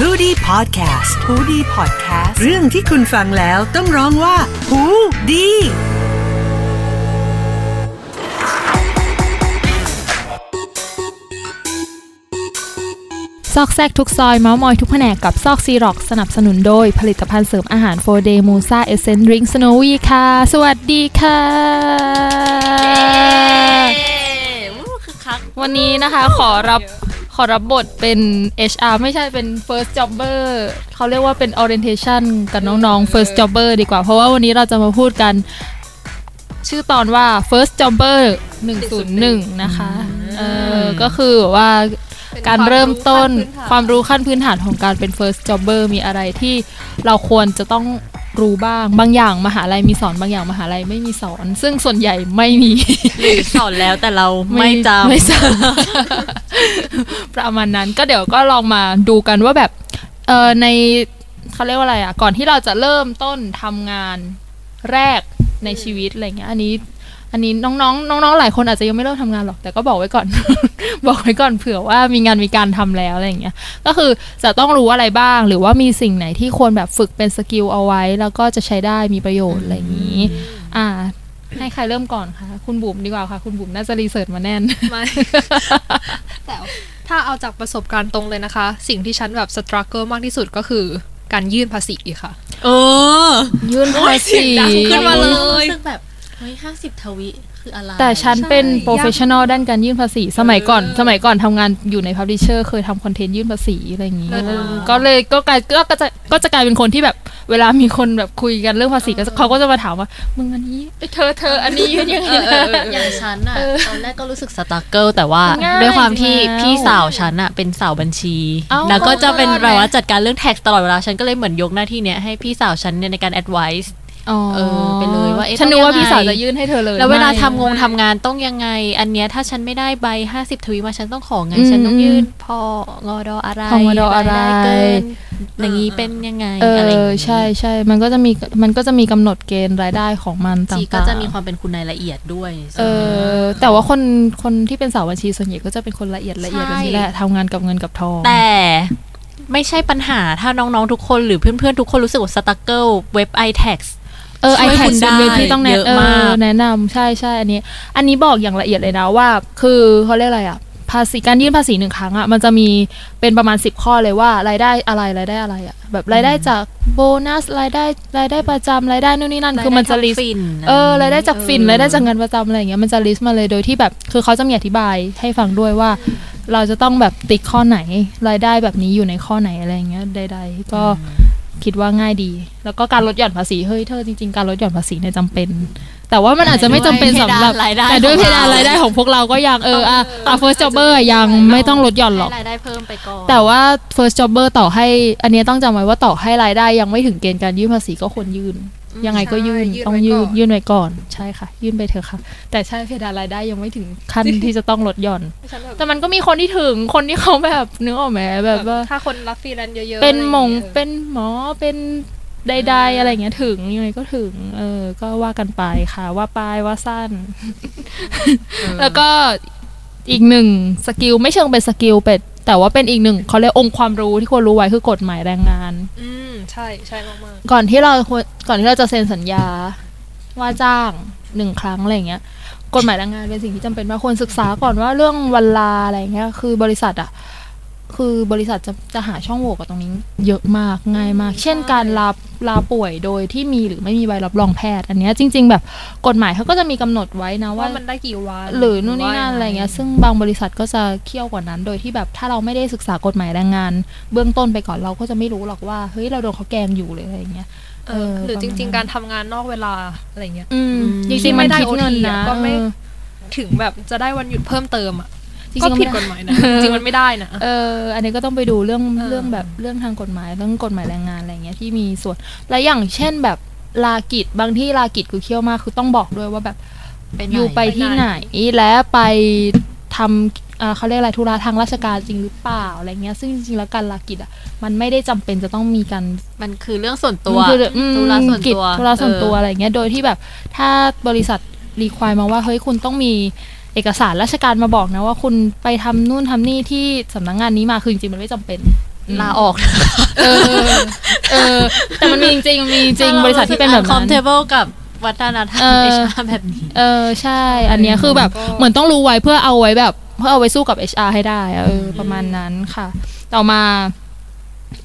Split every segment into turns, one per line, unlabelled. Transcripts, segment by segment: h o ดี้พอดแคสต์ฮูดี้พอดแคสต์เรื่องที่คุณฟังแล้วต้องร้องว่าหูดี
ซอกแซกทุกซอยเมาส์มอยทุกแผนกกับซอกซีร็อกสนับสนุนโดย ผลิตภัณฑ์เสริมอาหารโฟเดมูซาเอเซนริงสโนวีค่ะ สวัสดีค่ะ
คือคัก
วันนี้นะคะขอรับขอรับบทเป็น HR ไม่ใช่เป็น first jobber เขาเรียกว่าเป็น orientation กับน้องๆ first jobber ดีกว่า เพราะว่าวันนี้เราจะมาพูดกัน ชื่อตอนว่า first jobber 101 นะคะเออก็คือแบบว่า การเริ่มต้นความรู้ขั้นพื้นฐานของการเป็น first jobber มีอะไรที่เราควรจะต้องรู้บ้างบางอย่างมหาลัยมีสอนบางอย่างมหาลัยไม่มีสอน ซึ่งส่วนใหญ่ไม่มี
หรือสอนแล้วแต่เราไม่จำ
ไม่จำ ประมาณนั้นก็เดี๋ยวก็ลองมาดูกันว่าแบบเออในเขาเรียกว่าอะไรอ่ะ ก่อนที่เราจะเริ่มต้นทำงานแรกในชีวิตอะไรเงี้ย อันนี้ อันนี้น้องๆน้องๆหลายคนอาจจะยังไม่เริ่มทำงานหรอกแต่ก็บอกไว้ก่อน บอกไว้ก่อนเผื่อว่ามีงานมีการทำแล้วอะไรอย่างเงี้ย ก็คือจะต้องรู้อะไรบ้างหรือว่ามีสิ่งไหนที่ควรแบบฝึกเป็นสกิลเอาไว้ แล้วก็จะใช้ได้มีประโยชน์อะไรอย่างนี้ อ่า ให้ใครเริ่มก่อนคะคุณบุ๋มดีกว่าค่ะ คุณบุ๋มน่าจะรีเสิร์ชมาแน่น
ไม่ แต่ถ้าเอาจากประสบการณ์ตรงเลยนะคะ สิ่งที่ฉันแบบสตรัคเกิลมากที่สุดก็คือการยื่นภาษีค่ะ
เออ
ยื่นภาษี
ขึ้นมาเลย
รู้สึกแบบเฮ้ยห้าสิบทวิคืออะไร
แต่ฉันเป็นโปรเฟชชั่นอลด้านการยื่นภาษี สมัยก่อน สมัยก่อนทำงานอยู่ในพับลิเชอร์เคยทำคอนเทนต์ยื่นภาษีอะไรอย่างนี้
เลิศมาก
ก็เลยก็กลายก็ก็จะก็จะกลายเป็นคนที่แบบเวลามีคนแบบคุยกันเรื่องภาษีก็จะเขาก็จะมาถามว่า มึงอันนี้เอ้ยเธอเธออันนี้ยังไงนะ
อย่างฉันอะตอนแรกก็รู้สึกสตาร์เกิลแต่ว่า
ง่าย
ด้วยความที่
แล้ว
พี่สาวฉันอะเป็นสาวบัญชี
เอ้า
แล้วก็จะเป็น
เลิศนะ
แบบว่าจัดการเรื่องแท็กตลอดเวลาฉันก็เลยเหมือนยกหน้าที่เนี้ยให้พี่สาวฉันเนี่ยในการแอดไวส์
อ๋อ
เออไปเลยว่าเอ๊ะ
ฉันนึกว่า
ต้องยังไง
พี่สาวจะยื่นให้เธอเลย
แล้วเวลา
ไม่
ทำงงทำงานต้องยังไง อันเนี้ยถ้าฉันไม่ได้ใบ 50 ทวีมาฉันต้องของไง
อืม
ฉันต้องยื่นพองอดออะไร
พงดอะไร
ายด้เกินอย่างนี้เป็นยังไง
เอ
อะไรอย่าง
อ
งี้
ใช่ใช่มันก็จะมีมันก็จะมีกำหนดเกณฑ์รายได้ของมันต่าง
จี
ๆ
ก็จะมีความเป็นคุณนายละเอียดด้วย
เออแต่ว่าคนคนที่เป็นสาวบัญชีส่วนใหญ่ก็จะเป็นคนละเอียดละเอียด
ใช่
แบบนี้แหละทำงานกับเงินกับทอง
แต่ไม่ใช่ปัญหาถ้าน้อง ๆ ทุกคนหรือเพื่อน ๆ ทุกคนรู้สึกว่าสตั๊กเกิลเว็บ i t a x
เออ
ช่
ไอ
วย
แท็
คุ
ก
ณ
เป็นเวทีต้องแนะ
ได้เยอะ
เอ
มาก
อแนะนำใช่ใช่อันนี้ อันนี้บอกอย่างละเอียดเลยนะว่า คือเขาเรียกอะไรอ่ะภาษีการยื่นภาษีหนึ่งครั้งอ่ะมันจะมีเป็นประมาณ 10 ข้อเลยว่ารายได้อะไรรายได้อะไรอ่ะแบบรายได้จากโบนัสรายได้รายได้ประจำรายได้นู่นนี่นั่นคือมันจะลิส
ฟิน
เออรายได้จากฟินรายได้จากงานประจำอะไรอย่างเงี้ยมันจะลิสต์มาเลยโดยที่แบบ คือเขาจะมีอธิบายให้ฟังด้วยว่า เราจะต้องแบบติ๊กข้อไหน รายได้แบบนี้อยู่ในข้อไหนอะไรอย่างเงี้ยใดๆก็คิดว่าง่ายดี แล้วก็การลดหย่อนภาษีเฮ้ยเธอจริงๆการลดหย่อนภาษีเนี่ยจำเป็น แต่ว่ามันอาจจะไม่จำเป็นสำหรับ
รายได้
แต่ด้วยเพ
ของร
ดานรายได้ของพวกเราก็ยังเอออ่ะอ่ะ first jobber อ่ะยังไม่ต้องลดหย่อนหรอก
ให้รายได้เพิ่มไปก่อน
แต่ว่า first jobber ต่อให้ อันเนี้ยต้องจำไว้ว่าต่อให้รายได้ยังไม่ถึงเกณฑ์การยื่นภาษีก็ควรยื่น ยังไงก็ยื่น
ใช่ยื่น
ต้อง
ไว้
ยื่
ก่
น
อน
ยื่นไว้ก่อนใช่ค่ะ ยื่นไปเถอะค่ะ แต่ใช่เพดานรายได้ยังไม่ถึงขั้น ที่จะต้องลดหย่อน
ฉันแบบ
แต่มันก็มีคนที่ถึงคนที่เขาแบบนึกออกไหมแบบว่า
ถ้าคนรับฟรีแลนซ์เยอะๆ
เป็นหมง
อะไรอย่างเงี้ย
เป็นหมอเป็นใดๆอะไรอย่างเงี้ยถึงยังไงก็ถึง เออ ก็ว่ากันไปค่ะ ว่าไปว่าสั้น แล้วก็อีกหนึ่งสกิลไม่เชิงเป็นสกิลเป็ดแต่ว่าเป็นอีกหนึ่งเขาเรียกองค์ความรู้ที่ควรรู้ไว้คือกฎหมายแรงงาน
เอออืมใช่ใช่มาก
ก่อนที่เราควรก่อนที่เราจะเซ็นสัญญาว่าจ้างหนึ่งครั้งอะไรอย่างเงี้ยกฎหมายแรงงานเป็นสิ่งที่จำเป็นมากควรศึกษาก่อนว่าเรื่องวันลาอะไรอย่างเงี้ย คือบริษัทอะคือบริษัทจะจะหาช่องโหว่กับตรงนี้ เยอะมากง่ายมาก เช่นการลาลาป่วยโดยที่มีหรือไม่มีใบรับรองแพทย์ อันเนี้ยจริง ๆ แบบกฎหมายเขาก็จะมีกำหนดไว้นะ
ๆ
ว่า
ว่ามันได้กี่วัน
หรือนู่นนี่นั่นอะไรเงี้ย
หว่า
ซึ่งบางบริษัทก็จะเคี่ยวกว่านั้น โดยที่แบบถ้าเราไม่ได้ศึกษากฎหมายแรงงาน เบื้องต้นไปก่อนเราก็จะไม่รู้หรอกว่าเฮ้ยเราโดนเขาแกล้งอยู่หรืออะไรเงี้ย
เออหรือจริง ๆ การทำงานนอกเวลาอะไรเงี้ย
อืมจ
ที่
ริงๆ
ไม่
มัน
ได้
คิดเงิน
OT
นะ
อะก็ไม่
เออ
ถึงแบบจะได้วันหยุดเพิ่มเติมอ่ะ
จริงๆ
ก็ผิด
ก็ไม่ได้
กฎหมายนะจริงๆมันไม่ได้นะ
เอออันนี้ก็ต้องไปดูเรื่อง
เออ
เรื่องแบบเรื่องทางกฎหมายเรื่องกฎหมายแรงงานอะไรเงี้ยที่มีส่วนและอย่างเช่นแบบลากิจบางที่ลากิจคือเคี่ยวมากคือต้องบอกด้วยว่าแบบ
เป็น
อยู่ไปที่ไหนและไปทำเอ่อเขาเรียกอะไรธุระทางราชการจริงหรือเปล่าอะไรเงี้ยซึ่งจริงๆแล้วการลากิจอ่ะมันไม่ได้จำเป็นจะต้องมีการ
มันคือเรื่องส่วนตัว
คืออืม
ธุระส่วน
กิจ
ตัว
ธุระส่วนตัวอะไรเงี้ยโดยที่แบบถ้าบริษัทรีควายมาว่าเฮ้ยคุณต้องมีเอกสารราชการมาบอกนะว่าคุณไปทำนู่นทำนี่ที่สำนักงานนี้มาคือจริงๆมันไม่จำเป็น
ลาออกนะ
เออ เออ แต่มันมีจริงๆมันมีจริงบริษัทที่เป็นแบบ
คอม
นั้น
เทเบิลกับวัฒนธรรม
เออ
เอชอาร์แบบนี้
เออ ใช่ อันเนี้ยคือแบบ
ก็
เหมือนต้องรู้ไว้เพื่อเอาไว้แบบ เพื่อเอาไว้สู้กับ HR ให้ได้อะเออ ประมาณนั้นค่ะ ต่อมา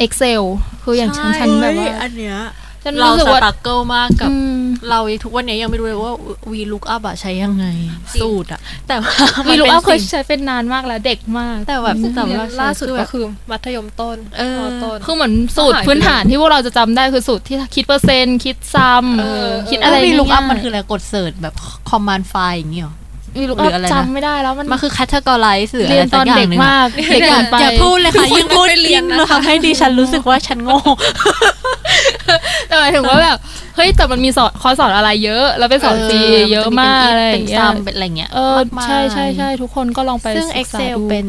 Excel คืออย่างฉันฉันแบบว่า
อันเนี้ย
ฉัน
เรา
รู้สึก
ส
ว่า
ตรักเกิลมากกับ
อืม
เราทุกวันนี้ยังไม่รู้เลยว่า V lookup อะใช้ยังไง สูตรอะแต่ว่า
วี
มัน
ลู
ป็น
อัพเคย
สิ่ง
ใช้เป็นนานมากแล้วเด็กมาก
แต่แบบแต่
เรีย
ว่าน
ล่าสุด
คือ
ก็
แบบ
คือมัธยมต้น
เออ
มต้น
คือเหมือนสูตรพื้นฐานที่พวกเราจะจำได้คือสูตรที่คิดเปอร์เซ็นต์ คิดซ้
เออ
ำคิด
อะ
อะไรไร
วีลุกอัพ
ง่ายๆ
มันคืออะไรกดเสิร์ชแบบ command file อย่างเงี้ยหรอ
วีลูก
ห
อั
รื
พ
ออะไรนะ
จำไม่ได้แล้วมัน
มันคือ categorize หรืออะ
เรี
ไร
ยนต
สั
อก น
อย่า
เด็
ง
ก
หนึ่ง
มากเด็ก
อ
เกิ
ย่า
นไป
อย่าพูดเลยค่ะยิ่งพูดยิ่งทำให้ดิฉันรู้สึกว่าฉันโง่
แต่หมายถึงว่าแบบเฮ้ยแต่มันมีสอนคอร์สสอนอะไรเยอะ แล้วเป็นสอนฟรีเยอะมากอะไรอ
เป็
ย่า
น
งเงี้ย
ซ้ำเป็นอะไรเงี้ย
เออ
มากมาย
ใช่ใช่ใช่ทุกคนก็ลองไป
ซึ่ง
ศึกษา
Excel
ดู
เป็น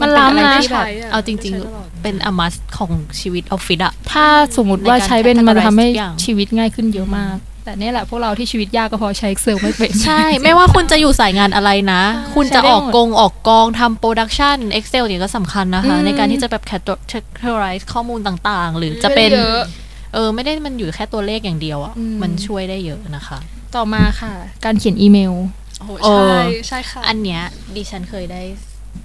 มัน
เป็
ล้ำนะ
อไรที่แบบ
ใช้อะ
เอาจริง
ใช้ตลอด
ๆ เป็นอมัสของชีวิตออฟฟิศอะ
ถ้าสมมติว่าใช้เป็น
ในการ
มันจะทำให้
ทุกอย่าง
ชีวิตง่ายขึ้นเยอะมาก แต่เนี่ยแหละพวกเราที่ชีวิตยากก็เพราะใช้ Excel ไม่เป็น
ใช่ ไม่ว่าคุณจะอยู่สายงานอะไรนะ คุณจะ
ใช้ได้
อ
หม
อก
ด
กงออกกองทำโปรดักชัน Excel เนี่ยก็สำคัญนะคะ
อืม
ในการที่จะแบบแคตเทอร์ไรซ์ข้อมูลต่างๆ หรือจะเป็น
เยอะ
เออ ไม่ได้มันอยู่แค่ตัวเลขอย่างเดียวอ่ะ
อืม
มันช่วยได้เยอะนะคะ
ต่อมาค่ะ การเขียนอีเมล
โอ้โห
เอ
ใช่
อ
ใช่ค่ะ
อันเนี้ยดิฉันเคยได้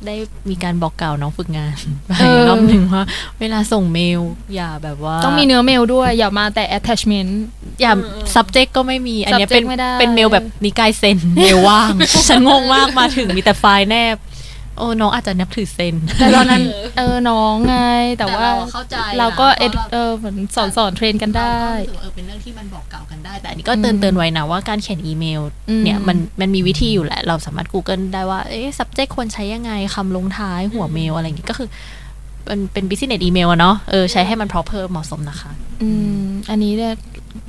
ได้มีการบอกกล่าวน้องฝึกงานไป
เออ
รอบหนึ่งว่า เวลาส่งเมล อย่าแบบว่า
ต้องมีเนื้อเมลด้วยอย่ามาแต่ attachment
อย่า subject ก็ไม่มี อันเนี้ยเป็น
subject ไม่ได้
เป็นเมลแบบนิกายเซน เมลว่าง ฉันงงมากมาถึงมีแต่ไฟล์แนบ โอ้น้องอาจจะนับถือเซน
แต่ตอนนั้นเออน้องไงแต่ว่า
แต่เราเข้าใจ
เราก็
นะ
เอด
เพราะเรา
เออเหมือนสอนสอนเทรนกันได้
เราก็รู้สึกว่าเออเป็นเรื่องที่มันบอกกล่าวกันได้ แต่อันนี้ก็เตือนเตือนไว้นะว่าการเขียนอีเมลเนี่ย
อืม
มันมันมีวิธีอยู่แหละ เราสามารถ Google ได้ว่า เอ๊ะ subject ควรใช้ยังไงคำลงท้ายหัวเมลอะไรอย่างงี้ก็คือ มันเป็น business email อะเนาะเออใช้ให้มัน proper เหมาะสมนะคะ
อืมอันนี้เนี่ย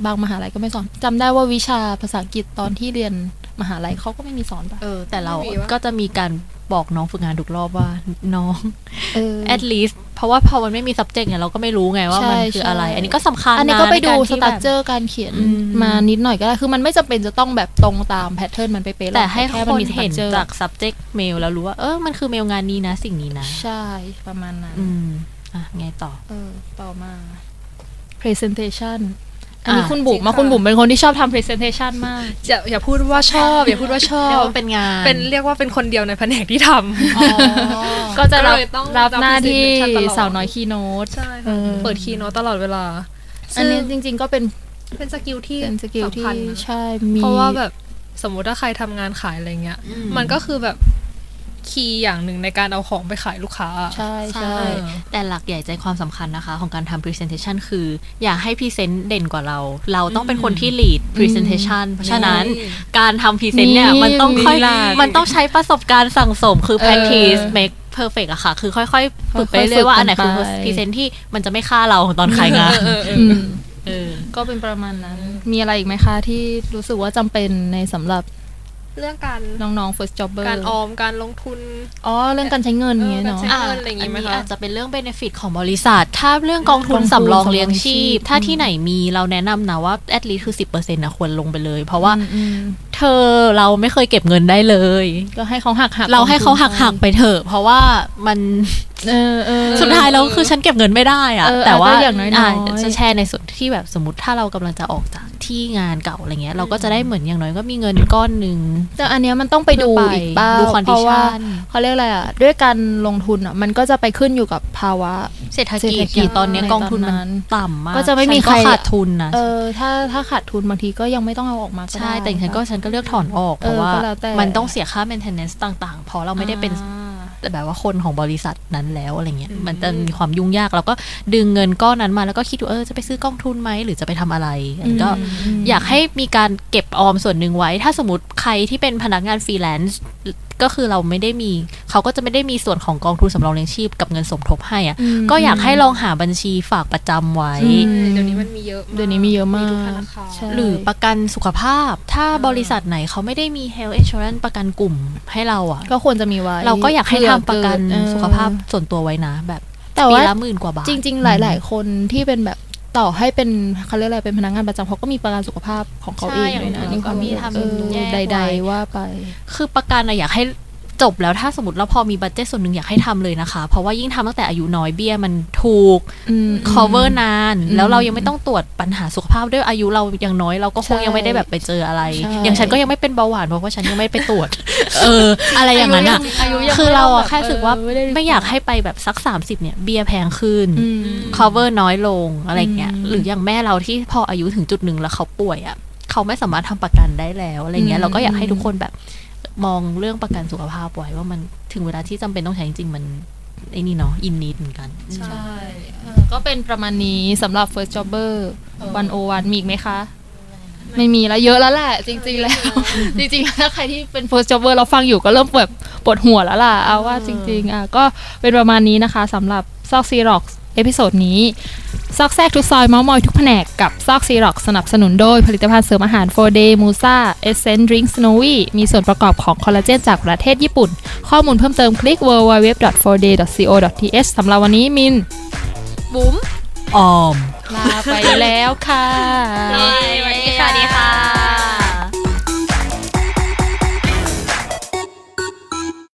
บางมหาลัยก็ไม่สอนจำได้ว่าวิชาภาษาอังกฤษตอนที่เรียนมหาลัยเขาก็ไม่มีสอนปะ
เออ แต่เรา
ไม่มีวะ
ก็จะมีการบอกน้องฝึกงานทุกรอบว่าน้อง
เออ
at least เพราะว่าพอมันไม่มี subject เนี่ยเราก็ไม่รู้ไงว่ามัน
ใช่
คืออะไร
ใช่
อันนี้ก็สำคัญ
อันนี้
ะ
ก็ไปดู
ใาร
ส
ที่
ตรั
แบ
ค
บ
เจอร์การเขียน
อืม
มานิดหน่อยก็ได้คือมันไม่จำเป็นจะต้องแบบตรงตามแพทเทิร์นมันไปเป๊ะรอก
แต่ให้
แค่
ค
มัน มี
เห็น
structure
จาก subject mail แล้วรู้ว่าเออมันคือเมลงานนี้นะสิ่งนี้นะ
ใช่ประมาณนั้น
อืม อ่ะ ไงต่อ
เออต่อมา presentation อันนี้
อ่ะ
คุณบุ๋มมาคุณบุ๋มเป็นคนที่ชอบทำ presentation มาก
อย่าอย่าพูดว่าชอบ อย่าพูดว่าชอ
เรียก
บ
ว่าเป็นงาน
เป็นเรียกว่าเป็นคนเดียวในแผนกที่ทำ
ก็จะรับ
ก็เลยต้อง
รับ
รับ
หน้าที่สาวน้อยคีโนต
ใช่
เอ
ค่ะ
อ
เปิดคีย์เนาะตลอดเวลา
อันนี้จริง ๆ ก็เป็น
ซึ่งเป็นสกิลที่
เป็นสกิลที่
สำคัญนะ
ใช่มี
เพราะว่าแบบสมมุติถ้าใครทำงานขายอะไรเงี้ย มันก็คือแบบคีย์อย่างหนึ่งในการเอาของไปขายลูกค้า
ใช่
ใช่
ใช่
แต่หลักใหญ่ใจความสำคัญนะคะ ของการทำ presentation คือ อย่าให้พรีเซนต์เด่นกว่าเรา เราต้องเป็นคนที่ lead presentation เพราะฉะนั้นการทำพรีเซนต์เนี่ย มันต้องค่อย มันต้องใช้ประสบการณ์สั่งสมคือ practice make perfect อะค่ะ คือค่อยๆฝึกไปเรื่อยๆว่าอันไหนคือพรีเซนต์ที่มันจะไม่ฆ่าเราตอนขายงาน
อืม
เออ
ก็เป็นประมาณนั้น มีอะไรอีกไหมคะ ที่รู้สึกว่าจำเป็นในสำหรับ
เรื่องการ
น้องๆ first jobber
การออมการลงทุน
อ๋อเรื่องการใช้เงินอย่างเงี้ยเนาะ
เออการใช้ งินะไรอย่างงี้ไหมคะ
นนี้อาจจะเป็นเรื่องเบนฟิตของบริษัท ถ้าเรื่องกองทุ
กอ
น
งทุน
สำรองเลี้ยง
สำรองเลี้ยงชี
ชี
พ
พ ถ้าที่ไหนมีเราแนะนำนะว่าแอดลีคือสิบเปอร์เซ็นต์นะควรลงไปเลย เพราะว่า
อืมอืม
เธอเราไม่เคยเก็บเงินได้เลย
ก็ให้เขาหักหัก
เราให้เขาหักหักๆไปเถอะ เพราะว่ามัน
เออเออ
สุดท้ายแล้วคือฉันเก็บเงินไม่ได้อะ
เออ
แต่ว่า
ก็อย่างน้อยๆ
อ่ะจะแชร์ในส่วนที่แบบสมมติถ้าเรากำลังจะออกจากที่งานเก่าอะไรเงี้ย เราก็จะได้เหมือนอย่างน้อยก็มีเงินก้อนหนึ่ง
แต่อันเนี้ยมันต้องไปดูอีกบ้าง
ดูคอน
เพ
ดิ
ราะว่า
ชัน
เขาเรียกอะไรอ่ะ ด้วยการลงทุนอ่ะ มันก็จะไปขึ้นอยู่กับภาวะ
เศรษฐ
เศรษฐกิ
กิ
จ
จตอนเนี้ยกองทุน
ต
มั
อน
น
นั้น
ต่ำมาก
ก็จะไม่มี
ฉัน
ใคร
ขาดทุนนะ
เออถ้าถ้าขาดทุนบางทีก็ยังไม่ต้องเอาออกมาก็ได้
ใช่ แต่ฉันก็ฉันก็เลือกถอนออก
เออ
เพราะว่า
ก็แล้วแต่
มันต้องเสียค่า maintenance ต่างๆ เพราะเราไม่ได้เป็น
อ่า
แต่แบบว่าคนของบริษัทนั้นแล้วอะไรเงี้ยมันจะมีความยุ่งยากเราก็ดึงเงินก้อนนั้นมาแล้วก็คิดว่าเออจะไปซื้อกองทุนไหมหรือจะไปทำอะไรอันนี้ก็อยากให้มีการเก็บออมส่วนหนึ่งไว้ ถ้าสมมติใครที่เป็นพนักงานฟรีแลนซ์ก็คือเราไม่ได้มี เขาก็จะไม่ได้มีส่วนของกองทุนสำรองเลี้ยงชีพกับเงินสมทบให้อะ
อืม
ก็อยากให้ลองหาบัญชีฝากประจำไว้
อืม
เดี๋ยวนี้มันมีเยอะาก
เดี๋ยวนี้มีเยอะมาก
ทุธนคาร
ใช่
หรือประกันสุขภาพ ถ้าบริษัทไหนเขาไม่ได้มี health insurance ประกันกลุ่มให้เราอะ
ก็ควรจะมีไว้
เราก็อยากให้ทำประกัน
เออ
สุขภาพส่วนตัวไว้นะ แบบ
แต่
ปี
ว่า
ละหมื่นกว่าบาท
จริง ๆ หลาย ๆ คนที่เป็นแบบต่อให้เป็นเขาเรียกอะไรเป็นพนักงานประจำเขาก็มีประกันสุขภาพของเขาเองเลยนะ
นี่ก็มีท
เออ
ำแยก
ใด
ไว้
ๆ ว่าไป
คือประกันอะอยากให้ จบแล้วถ้าสมมติเราพอมีบัตเจตส่วนหนึ่งอยากให้ทำเลยนะคะ เพราะว่ายิ่งทำตั้งแต่อายุน้อยเบี้ยมันถูก
อืม
cover นาน
อืม
แล้วเรายังไม่ต้องตรวจปัญหาสุขภาพด้วยอายุเรายังน้อยเราก็คง
ใช่
ยังไม่ได้แบบไปเจออะไร
ใช่
อย่างฉันก็ยังไม่เป็นเบาหวานเพราะว่าฉันยังไม่ไปตรวจ เออ อะไรอย่างนั้นอ่ะ
อายุยัง
คือเราอะ
ไม่ได้แบบ
แค่รู้สึกว่า
เออไม่ได้
ไม่อยากให้ไปแบบสัก 30 เนี่ย เบียร์แพงขึ้น
อืม
cover น้อยลงอะไรเงี้ย
อืม
หรืออย่างแม่เราที่พออายุถึงจุดหนึ่งแล้วเขาป่วยอะ่ะเขาไม่สามารถทำประกันได้แล้วอะไรเงี้
อืม
ยเราก็อยากให้ทุกคนแบบมองเรื่องประกันสุขภาพไว้ว่ามันถึงเวลาที่จำเป็นต้องใช้จริงๆมันไอ้นี่เนาะอินนิดเหมือนกัน
ใช่เออก็เป็นประมาณนี้สำหรับ first jobber วันโอวันมีอีกไหมคะ ไม่มีแล้วเยอะแล้วแหละ จริง ๆ แล้ว จริงๆแล้วถ้าใครที่เป็น first jobber เราฟังอยู่ก็เริ่มแบบปวดหัวแล้วล่ะเอาว่าจริงๆอ่ะก็เป็นประมาณนี้นะคะสำหรับซอกซีร็อกเอพิโซดนี้ ซอกแซกทุกซอยเมาส์มอยทุกแผนกกับซอกซีร็อกสนับสนุนโดยผลิตภัณฑ์เสริมอาหาร 4-day m u s a e s s e n c e Drink Snowy มีส่วนประกอบของคอลลาเจนจากประเทศญี่ปุ่น ข้อมูลเพิ่มเติมคลิก www.4day.co.th สำหรับวันนี้มิน
บุ๋ม
ออม
ลาไปแล้วค่ะ